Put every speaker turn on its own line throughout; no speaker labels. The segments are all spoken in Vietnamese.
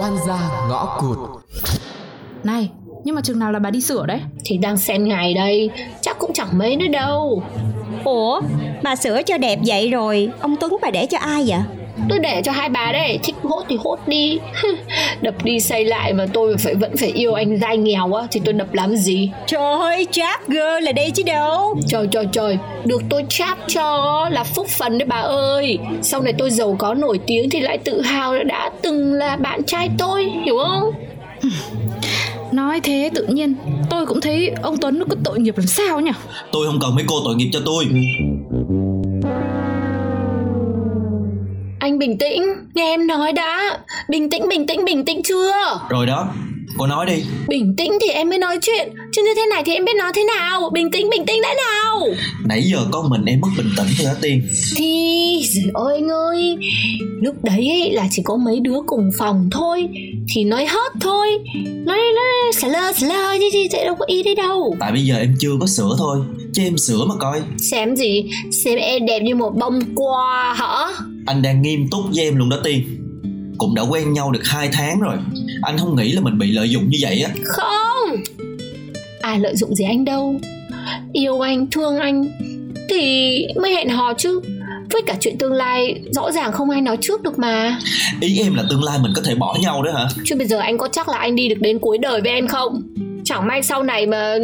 Oan gia ngõ cụt
Này, nhưng mà chừng nào là bà đi sửa đấy?
Thì đang xem ngày đây Chắc cũng chẳng mấy nữa đâu
Ủa, bà sửa cho đẹp vậy rồi Ông Tuấn bà để cho ai vậy?
Tôi để cho hai bà đấy Thích hốt thì hốt đi Đập đi xây lại mà tôi phải vẫn phải yêu anh dai nghèo á Thì tôi đập làm gì
Trời ơi, trap girl là đây chứ đâu
Trời trời trời Được tôi chap cho là phúc phần đấy bà ơi Sau này tôi giàu có nổi tiếng Thì lại tự hào là đã từng là bạn trai tôi Hiểu không
Nói thế tự nhiên Tôi cũng thấy ông Tuấn nó cứ tội nghiệp làm sao nhỉ
Tôi không cần mấy cô tội nghiệp cho tôi
Anh bình tĩnh Nghe em nói đã Bình tĩnh bình tĩnh bình tĩnh chưa
Rồi đó, cô nói đi
Bình tĩnh thì em mới nói chuyện Chứ như thế này thì em biết nói thế nào Bình tĩnh bình tĩnh đã nào
Nãy giờ con mình em mất bình tĩnh rồi hả Tiên
Thì giời ơi anh ơi Lúc đấy ấy, là chỉ có mấy đứa cùng phòng thôi Thì nói hết thôi Nói nói xả lơ xả lơ chứ chứ chứ đâu có ý đấy đâu
Tại bây giờ em chưa có sửa thôi Chứ em sửa mà coi
Xem gì Xem em đẹp như một bông hoa hả
Anh đang nghiêm túc với em luôn đó Tiên Cũng đã quen nhau được 2 tháng rồi Anh không nghĩ là mình bị lợi dụng như vậy á
Không Ai lợi dụng gì anh đâu Yêu anh, thương anh Thì mới hẹn hò chứ Với cả chuyện tương lai Rõ ràng không ai nói trước được mà
Ý em là tương lai mình có thể bỏ nhau đó hả
Chứ bây giờ anh có chắc là anh đi được đến cuối đời với em không Chẳng may sau này mà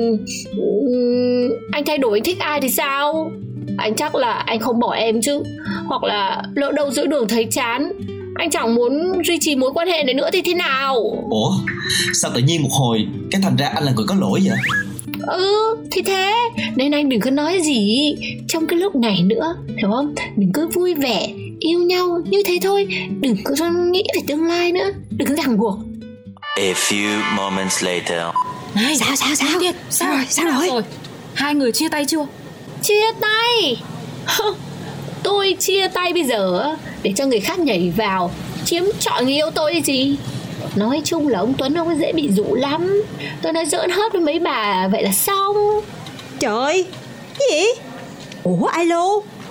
ừm, Anh thay đổi anh thích ai thì sao Anh chắc là anh không bỏ em chứ Hoặc là lỡ đâu giữa đường thấy chán Anh chẳng muốn duy trì mối quan hệ này nữa thì thế nào
Ủa sao tự nhiên một hồi Cái thành ra anh là người có lỗi vậy
Ừ thì thế Nên anh đừng có nói gì Trong cái lúc này nữa Hiểu không Mình cứ vui vẻ Yêu nhau như thế thôi Đừng có cho nghĩ về tương lai nữa Đừng có ràng buộc
A few moments later.
Này,
Sao, sao, sao?
Điệt,
Sao rồi, sao rồi?
Hai người chia tay chưa?
Chia tay Tôi chia tay bây giờ á, Để cho người khác nhảy vào Chiếm trọn người yêu tôi thì gì Nói chung là ông Tuấn ông ấy dễ bị dụ lắm Tôi nói giỡn hết với mấy bà Vậy là xong
Trời ơi, cái gì? Ủa, alo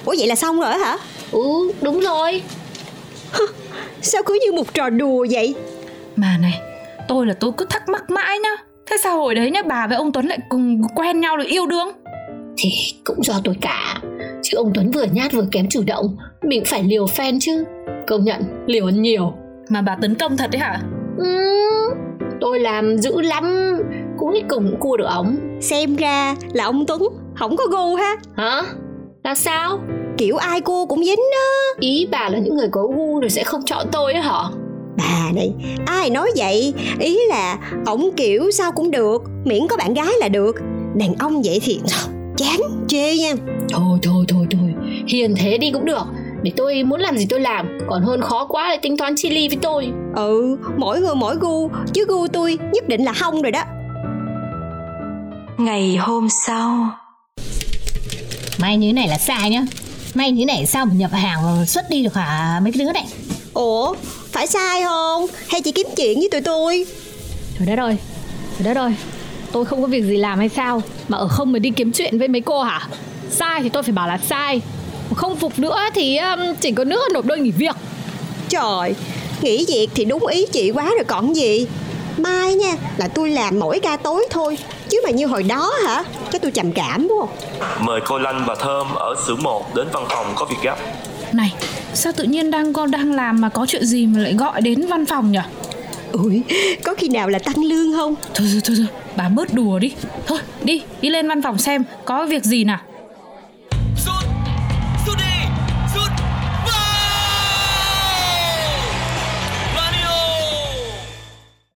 Ủa vậy là xong rồi hả?
Ừ đúng rồi
Sao cứ như một trò đùa vậy?
Mà này, tôi là tôi cứ thắc mắc mãi nhá Thế sao hồi đấy nhá bà với ông Tuấn lại cùng quen nhau rồi yêu đương
Thì cũng do tôi cả Chứ ông Tuấn vừa nhát vừa kém chủ động Mình phải liều fan chứ Công nhận liều hơn nhiều
Mà bà tấn công thật đấy hả?
ừ, Tôi làm dữ lắm Cuối cùng cũng cua được ống
Xem ra là ông Tuấn không có gu ha
Hả? Là sao?
Kiểu ai cua cũng dính á
Ý bà là những người có gu rồi sẽ không chọn tôi á hả?
Bà này, ai nói vậy Ý là ổng kiểu sao cũng được Miễn có bạn gái là được Đàn ông vậy thì chán chê nha
Thôi thôi thôi thôi Hiền thế đi cũng được Để tôi muốn làm gì tôi làm Còn hơn khó quá lại tính toán chi ly với tôi
Ừ, mỗi người mỗi gu Chứ gu tôi nhất định là không rồi đó
Ngày hôm sau
May như thế này là sai nhá May như thế này sao mà nhập hàng rồi xuất đi được hả mấy cái đứa này
Ủa, phải sai không? Hay chị kiếm chuyện với tụi tôi?
Trời đất ơi Trời đất ơi Tôi không có việc gì làm hay sao Mà ở không mà đi kiếm chuyện với mấy cô hả Sai thì tôi phải bảo là sai Mà Không phục nữa thì um, chỉ có nữa nộp đơn nghỉ việc
Trời, nghỉ việc thì đúng ý chị quá rồi còn gì Mai nha, là tôi làm mỗi ca tối thôi Chứ mà như hồi đó hả? Cho tôi trầm cảm đúng không?
Mời cô Lanh và Thơm ở xưởng 1 đến văn phòng có việc gấp.
Này, sao tự nhiên đang con đang làm mà có chuyện gì mà lại gọi đến văn phòng nhỉ?
Ui, có khi nào là tăng lương không?
Thôi thôi thôi, thôi bà bớt đùa đi Thôi đi, đi lên văn phòng xem có việc gì nào